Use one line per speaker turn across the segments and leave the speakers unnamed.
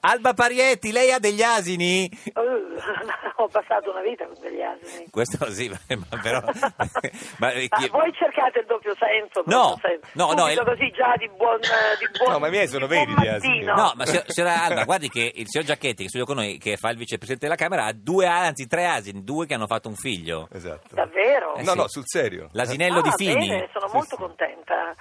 Alba Parietti, lei ha degli asini?
ho passato una vita con degli asini.
Questo sì, ma, ma però... ma, eh,
Ma
chi-
Ah, voi cercate il doppio senso? il
No,
doppio senso.
no, no,
Subito
il-
così già di buon, eh, di buon
No, ma i miei sono
di
veri
buon
gli asini.
mattino.
No, ma signor- signora Alba, guardi che il signor Giacchetti, che studia con noi, che fa il vicepresidente della Camera, ha due, anzi tre asini, due che hanno fatto un figlio.
Esatto.
Davvero?
Eh,
no,
sì.
no, sul serio.
L'asinello
Ah,
di Fini. Mm.
bene, sono molto contenta.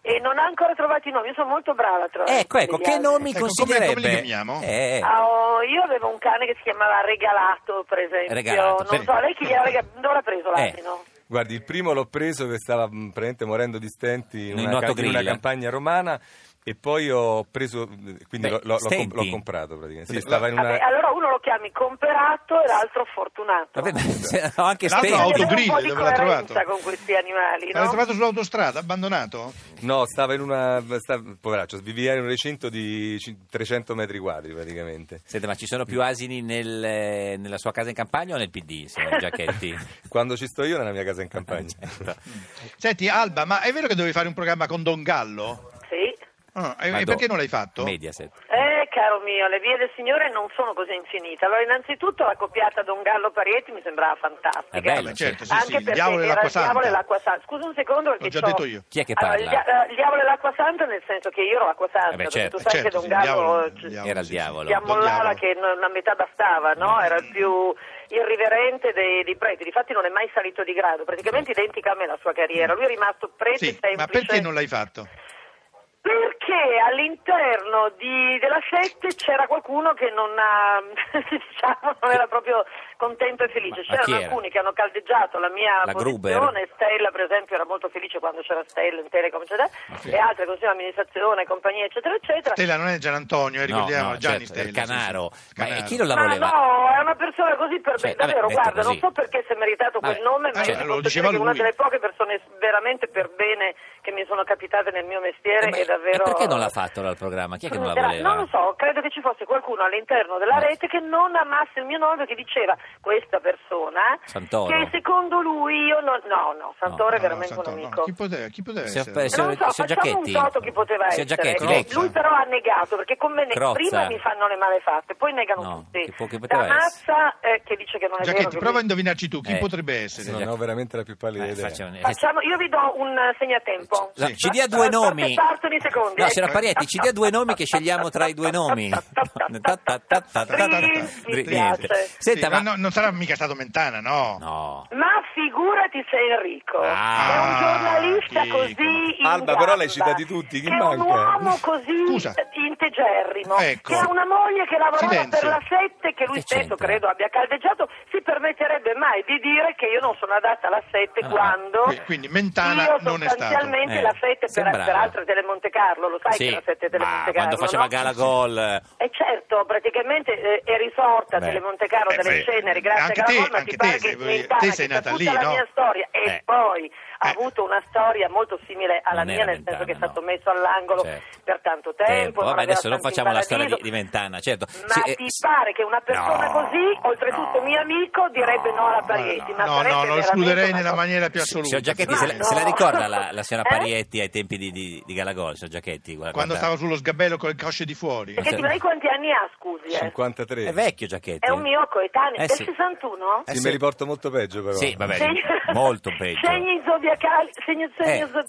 E non ha ancora trovato i nomi, io sono molto brava a trovare.
Ecco, ecco,
degli
che
asini.
nomi
Ecco, come-
consiglierebbe?
come li chiamiamo?
Eh,
Ah, oh, io avevo un cane che si chiamava Regalato, per esempio.
Regalato, bene.
non so, lei chi gliel'ha regalato? Dove l'ha preso
Eh.
l'asino?
Guardi, il primo l'ho preso che stava mh, praticamente morendo di stenti in
In
una, ca-
Otto
in una
Grill.
campagna romana e poi ho preso, quindi
Beh,
l'ho, l'ho- l'ho comp- l'ho
stenti.
comprato praticamente. Sì,
Beh,
stava in una...
Vabbè, ah. allora uno lo chiami comperato e l'altro fortunato.
Vabbè, ma se- ho anche
L'altro
spento.
autogrill,
Devo un po' di
dove l'ha
coerenza
trovato?
con questi animali,
L'avete
no?
trovato sull'autostrada, abbandonato?
No, stava in una... sta- poveraccio, viveva in un recinto di cin- 300 metri quadri praticamente.
Senta, ma ci sono più asini nel, eh, nella sua casa in campagna o nel PD, signor Giacchetti?
Quando ci sto io nella mia casa in campagna.
Certo.
Senti, Alba, ma è vero che dovevi fare un programma con Don Gallo?
Sì.
Ah, e-
Madonna.
e perché non l'hai fatto?
Mediaset.
Eh, caro mio, le vie del Signore non sono così infinite. Allora, innanzitutto la coppiata Don Gallo Parietti mi sembrava fantastica.
È bello.
Beh, certo, sì,
Anche
sì,
perché
il diavolo e
era
l'acqua
il diavolo e
santa.
l'acqua santa. Scusa un secondo perché
L'ho già
c'ho-
detto io.
Chi è che
Allora,
parla?
il, dia- eh, il diavolo e l'acqua santa nel senso che io ero l'acqua santa,
Eh beh,
perché
certo,
tu sai che
certo,
Don
sì,
Gallo
diavolo,
ci-
Era il diavolo.
si ammollava che non- una metà bastava,
Mm.
no? Era il più irriverente dei, dei preti, difatti non è mai salito di grado, praticamente identica a me la sua carriera. Lui è rimasto prete
Mm. Sì,
semplice.
ma perché non l'hai fatto?
Perché all'interno di- della sette c'era qualcuno che non ha, diciamo, non era proprio contento e felice.
Ma- ma chi
C'erano
era?
alcuni che hanno caldeggiato la mia
La
posizione, Stella per esempio era molto felice quando c'era Stella in Telecom, eccetera, e altre così amministrazione, compagnia, eccetera, eccetera.
Stella non è Gian Antonio,
No,
eh, ricordiamo,
no,
Gianni
certo,
Stella.
il
sì, sì.
Canaro. Ma eh,
Canaro.
chi non la
Ma
voleva?
Ah, no, è una persona così per
Cioè, vabbè,
davvero,
detto
guarda,
così.
non so perché si è meritato quel
Vabbè, Cioè,
nome, ma io
eh,
ti
allora, lo
posso
diceva
dire che è una
lui.
delle poche persone veramente per bene che mi sono capitate nel mio mestiere
Eh, ma-
e davvero
e perché non l'ha fatto allora il programma? Chi è che non la
Era-
voleva?
lo so, credo che ci fosse qualcuno all'interno della
Eh.
rete che non amasse il mio nome, che diceva questa persona
Santoro.
che secondo lui io non... No, no, Santoro è
No, no,
veramente
Santoro,
un
no.
amico.
Chi poteva, chi poteva
Signor-
essere?
eh,
Non
signor-
so,
signor
facciamo
Giacchetti?
un toto chi poteva
Signor
essere.
Giacchetti,
Lui-
lei-
Lui però ha negato, perché con me ne-
Crozza.
prima mi fanno le malefatte, poi negano
No,
tutti.
chi po- chi
La
poteva
massa eh, che dice che non è vero.
Giacchetti,
che
prova a
lui-
indovinarci tu, chi
Eh,
potrebbe essere?
Non ho veramente la più pallida
Eh,
idea.
faccia un-
Facciamo- io vi do un eh, segnatempo.
No,
Sì.
Ci dia due
Ah,
nomi.
Partono i secondi.
No,
eh.
signora Parietti, ci dia due nomi che scegliamo tra i due nomi.
Drizzt, mi piace.
Senta,
Sì,
ma...
no, non sarà mica stato Mentana, no?
No.
Ma figurati se Enrico
Ah,
è un giornalista
Chico.
così in
Alba,
gamba,
però l'hai citati tutti, chi
che è un
manca?
uomo così
Scusa.
integerrimo
Ecco.
che ha una moglie che lavorava
Silenzio.
per la sette che lui
Che
stesso
c'entra?
credo abbia caldeggiato si permetterebbe mai di dire che io non sono adatta alla sette
Ah,
quando
qui- quindi Mentana
io
non è stato.
sostanzialmente
Eh,
la sette per,
sembrava.
peraltro è Tele Monte Carlo lo sai che
Sì,
la sette è Tele
ma
Monte Carlo
quando faceva
no?
gala gol... eh,
E certo, praticamente eh, è risorta
Beh.
Tele Monte Carlo
Eh,
dalle
beh,
ceneri, grazie
anche
a Carlo
te-
Colma,
anche
ti pare
te
che
sei-
Mentana,
te sei
che
nata lì,
saputa la
no?
mia storia e
Eh.
poi ha
Eh.
avuto una storia molto simile alla
Non
mia,
era
nel senso
Mentana,
che è stato
no.
messo all'angolo
Certo.
per tanto
Tempo,
tempo.
vabbè,
aveva
adesso non
tanti
facciamo la storia di,
imbarazzi.
di Mentana, certo.
Ma
Sì, eh,
ti
s-
pare che una persona
No,
così, oltretutto
no,
mio amico, direbbe no, alla Parietti? ma
No,
sarebbe
no, lo
veramente
escluderei
una
nella
cosa-
maniera più assoluta.
Signor Giacchetti,
Ma
se, la, se la
no.
ricorda la, la signora
Eh?
Parietti ai tempi di, di, di Galagol, signor Giacchetti? Guarda,
Quando
guarda-
stava sullo sgabello con le cosce di fuori.
Ma
Perché ti
se-
lei quanti anni ha, scusi? eh?
53.
È vecchio Giacchetti.
È un mio coetaneo,
Eh,
del
sì.
61?
Eh,
Sì,
sì.
me li porto molto peggio però.
Sì, vabbè,
Segni-
molto peggio.
Segni zodiacali, segni, segni
Eh.
zo-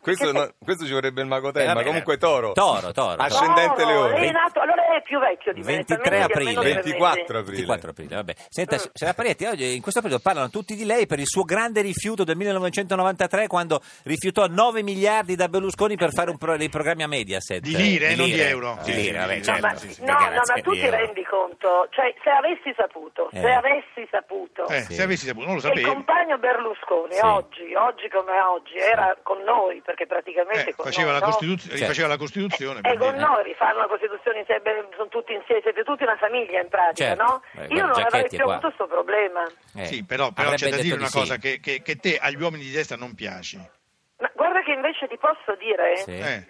Questo, no- questo ci vorrebbe il mago Temma,
Eh, vabbè,
comunque Toro.
Toro, Toro.
Ascendente
Toro, lei è
Leone.
nato- eh, esatto, allora lei è più vecchio di me.
23
almeno di
aprile.
almeno tre
24
mesi.
aprile.
24 aprile, vabbè. Senta, signora Parietti, oggi in questo periodo parlano tutti di lei per il suo grande rifiuto del 1993 quando rifiutò 9 miliardi da Berlusconi per fare un pro- dei programmi a Mediaset.
Di lire, non di euro.
Di
Sì,
lire, vabbè,
sì,
No,
sì,
certo.
ma,
sì, sì,
no,
perché
no,
era
ma tu
di
ti
euro.
rendi conto, cioè se avessi saputo,
Eh.
se avessi saputo
Eh,
Sì.
Se avessi saputo, non lo
che il
sapevi.
compagno Berlusconi
Sì.
oggi, oggi come oggi, era con noi per perché praticamente...
Eh, faceva, la
Costituzione.
Costituz-
Certo.
rifaceva la Costituzione. per
E con
dire.
noi rifanno la Costituzione insieme, sono tutti insieme, siete tutti una famiglia in pratica,
Certo.
no?
Eh, guarda,
Io non avrei
Giacchetti è
più
qua.
avuto questo problema.
Eh,
Sì, però, però
avrebbe
c'è da
detto
dire
di
una
sì.
cosa che, che- che te agli uomini di destra non piaci.
Ma guarda che invece ti posso dire,
Sì.
Eh.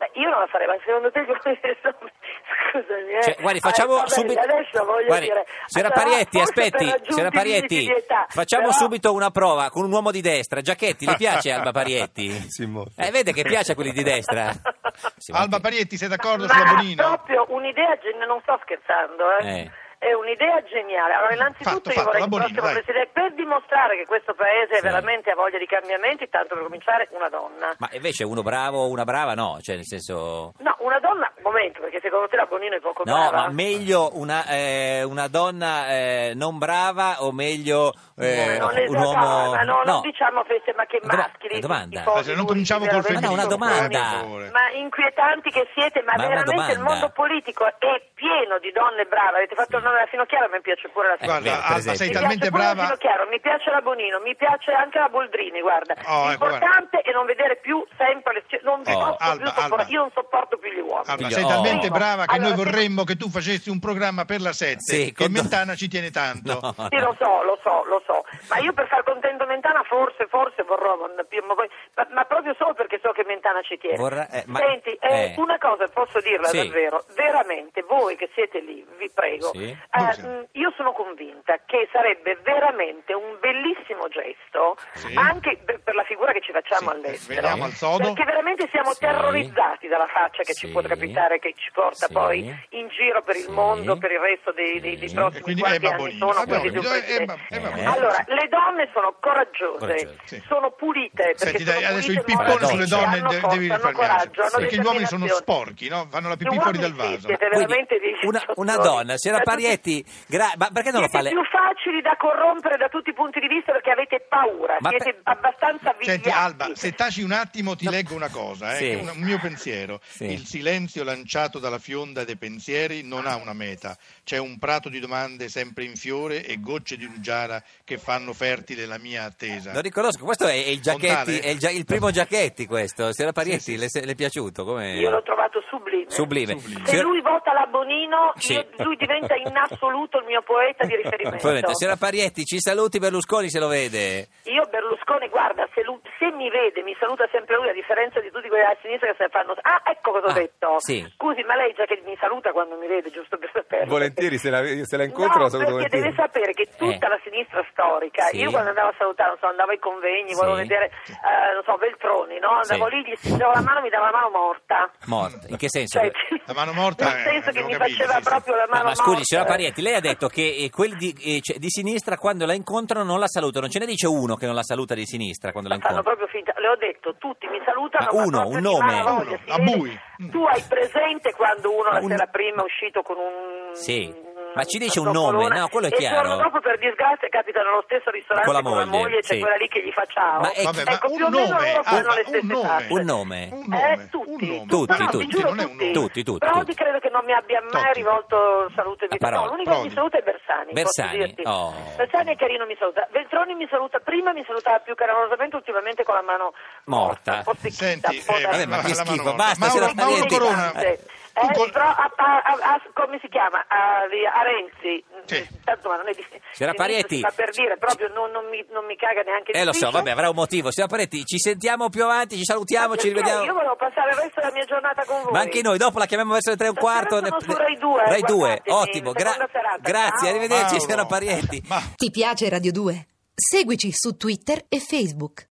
beh, io non la farei, ma secondo te gli uomini sono- Scusami, eh.
Cioè, guardi,
Ah,
facciamo
vabbè,
subito.
Adesso voglio
Guardi,
dire.
signora
però
Parietti,
forse per
aspetti,
raggiunti
signora
i limiti
Parietti,
di età,
facciamo
però-
subito una prova con un uomo di destra. Giacchetti, le piace Alba Parietti?
Sì, molto.
Eh, vede che piace a quelli di destra. Sì, ma
Alba
che-
Parietti, sei d'accordo
Ma
sulla Bonino?
proprio un'idea geniale, non sto scherzando, eh.
Eh.
È un'idea geniale. Allora, innanzitutto
Fatto, fatto,
io vorrei che il
la Bonino,
prossimo
dai.
presidente, per dimostrare che questo paese
Sì.
veramente ha voglia di cambiamenti, tanto per cominciare una donna.
Ma invece uno bravo o una brava no, cioè nel senso...
No, una donna, momento, perché secondo te la Bonino è poco
No,
brava?
ma meglio una, eh, una donna eh, non brava o meglio eh,
non
un uomo...
esagerare, no, non
no.
diciamo feste, ma che
Una doma-
maschili.
una domanda.
tifosi,
Ah, se non
tutti,
cominciamo col
veramente.
femminismo,
Ma no, una domanda.
per favore.
Ma inquietanti che siete,
Ma
ma,
una
veramente il
domanda.
mondo politico è pieno di donne brave. Avete fatto il nome della Finocchiaro, mi piace pure la
Eh,
Finocchiaro.
Guarda,
vero, per
Alba,
esempio.
sei
mi
talmente
piace pure la
brava.
Finocchiaro, mi piace la Bonino, mi piace anche la Boldrini, guarda.
Oh, ecco,
L'importante è non vedere più sempre le sce- non vi
Oh.
posso
Alba,
più soppor-
Alba.
io non sopporto più gli uomini.
Alba,
Figlio-
sei
Oh.
talmente brava che
Allora,
noi
se-
vorremmo che tu facessi un programma per la 7
Sì,
che
con-
Mentana ci tiene tanto.
No.
Sì, lo so, lo so, lo so, ma io per far contento Mentana forse, forse vorrò, ma, ma- ma proprio solo perché so che Mentana ci tiene.
Vorrà- eh, ma-
Senti, eh,
eh.
una cosa posso dirla
Sì.
davvero, veramente voi che siete lì, vi prego,
Sì.
eh, mh, io sono convinta che sarebbe veramente un bellissimo gesto
Sì.
anche per per la figura che ci facciamo
Sì,
all'estero.
veniamo al sodo.
Perché veramente siamo
Sì.
terrorizzati dalla faccia che ci
Sì.
può capitare, che ci porta
Sì.
poi in giro per il
Sì.
mondo, per il resto dei, dei, dei
Sì.
prossimi
E quindi
quanti
Emma
anni
Bonino.
sono
Abbiamo
quelli di un
bisogno-
presidente.
Emma- Emma
Eh.
Bonino.
Allora, le donne sono coraggiose,
Coraggiose,
sì.
sono pulite. Perché
Senti, dai,
sono
adesso il
pulite
pippone
moralmente,
sulle donne
hanno
de-
forza,
devi
hanno
risparmiarsi.
coraggio, hanno
Perché gli uomini sono
determinazione.
sporchi, no? Fanno la
Gli
pipì fuori
uomini
dal
sì,
vaso.
siete
Quindi,
veramente dei
una, una
cicciottori.
donna, signora
Da tutti-
Parietti, gra- ma perché non lo fa
Siete
lei?
più facili da corrompere da tutti i punti di vista perché avete paura,
Ma
siete
per-
abbastanza vigliacchi.
Senti Alba, se taci un attimo ti leggo una cosa, eh,
Sì.
che è un, un mio pensiero.
Sì.
Il silenzio lanciato dalla fionda dei pensieri non ha una meta. C'è un prato di domande sempre in fiore e gocce di rugiara che fanno fertile la mia attesa.
Lo riconosco, questo è il, Giacchetti,
Fontane.
è il, gia- il primo Giacchetti questo. Signora Parietti,
Sì, sì,
le, se- le è piaciuto? Come...
Io l'ho trovato sublime.
Sublime.
Sublime.
Se
Signor-
lui vota la Bonino,
Sì.
io- lui diventa in assoluto il mio poeta di riferimento.
Probabilmente. Ah, Signora Parietti, ci saluti Berlusconi se lo vede.
Io Berlusconi, guarda, se, lu- se mi vede mi saluta sempre lui, a differenza di tutti quelli della sinistra che se ne fanno... Ah, ecco cosa ho
Ah,
detto.
sì.
Scusi, ma lei già che mi saluta quando mi vede, giusto per sapere.
Volentieri, se la, se la incontro
no,
la saluto
perché
volentieri.
deve sapere che tutta
Eh.
la sinistra storica,
Sì.
io quando andavo a salutare, non so, andavo ai convegni,
Sì.
volevo vedere, eh, non so, Veltroni, no? Andavo
Sì.
lì, gli stringevo la mano, mi dava la mano morta.
Morta, in che senso?
Cioè,
La mano morta,
Nel
eh,
senso che
abbiamo
mi
capito,
faceva
sì, sì.
proprio la
No,
mano
ma scusi,
morta.
signora Parietti, lei ha detto che eh, quelli di, eh, cioè, di sinistra quando la incontrano non la salutano. Ce ne dice uno che non la saluta di sinistra quando la
Fanno
incontra?
proprio finta, le ho detto, tutti mi salutano.
Ma
ma
uno,
proprio
un
di
nome.
malavoglia,
Uno,
si
a Mm.
vede.
Bui.
Tu hai presente quando uno la
Un-
sera prima è uscito con un.
Sì.
un-
Ma ci dice un
sottocolone,
nome, no, quello è
e
chiaro.
il giorno dopo, per disgrazia, capita nello stesso ristorante
Con
con
la
la
moglie,
moglie, c'è
sì.
quella lì che gli fa ciao.
Ma è-
Vabbè, ma
Ecco,
un
più o meno
nome,
loro fanno
Alba,
le stesse
un nome,
tasse.
Un nome.
un
Eh,
nome,
tutti,
un nome.
Tutti,
No, no,
tutti.
vi giuro
non è un nome.
Tutti, tutti,
Prodi
tutti.
credo che non mi abbia mai
Totti.
rivolto saluto e
La
vita.
parola.
No, l'unico che
Prodi.
mi saluta è Bersani.
Bersani,
posso dirti.
oh.
Bersani è carino, mi saluta. Veltroni mi saluta prima, mi salutava più carinolosamente, ultimamente con la mano
Morta.
morta. un po' secchita,
Senti,
un po'
eh,
da-
Vabbè, ma che
la mano
schifo,
morta.
basta,
Mauro-
signora
Mauro
Parietti.
Corona,
Eh,
tu col-
però a, a- a- a- come si chiama? A, a Renzi.
Sì.
Tanto ma non è di
Signora
di
Parietti.
sinistra, Ma per dire, proprio non, non mi, non mi caga neanche di
Eh lo so,
spiccio.
vabbè, avrà un motivo. Signora Parietti, ci sentiamo più avanti, ci salutiamo, ci
Perché Io
rivediamo.
volevo passare il resto della mia giornata con voi.
Ma anche noi, dopo la chiamiamo verso le tre e un quarto.
Stasera sono
ne-
su Rai due, eh,
Rai due,
guardatemi,
ottimo.
seconda
gra-
serata.
grazie,
Ciao.
arrivederci,
Mauro.
signora Parietti.
Ma
Ti piace Radio 2? Seguici su Twitter e Facebook.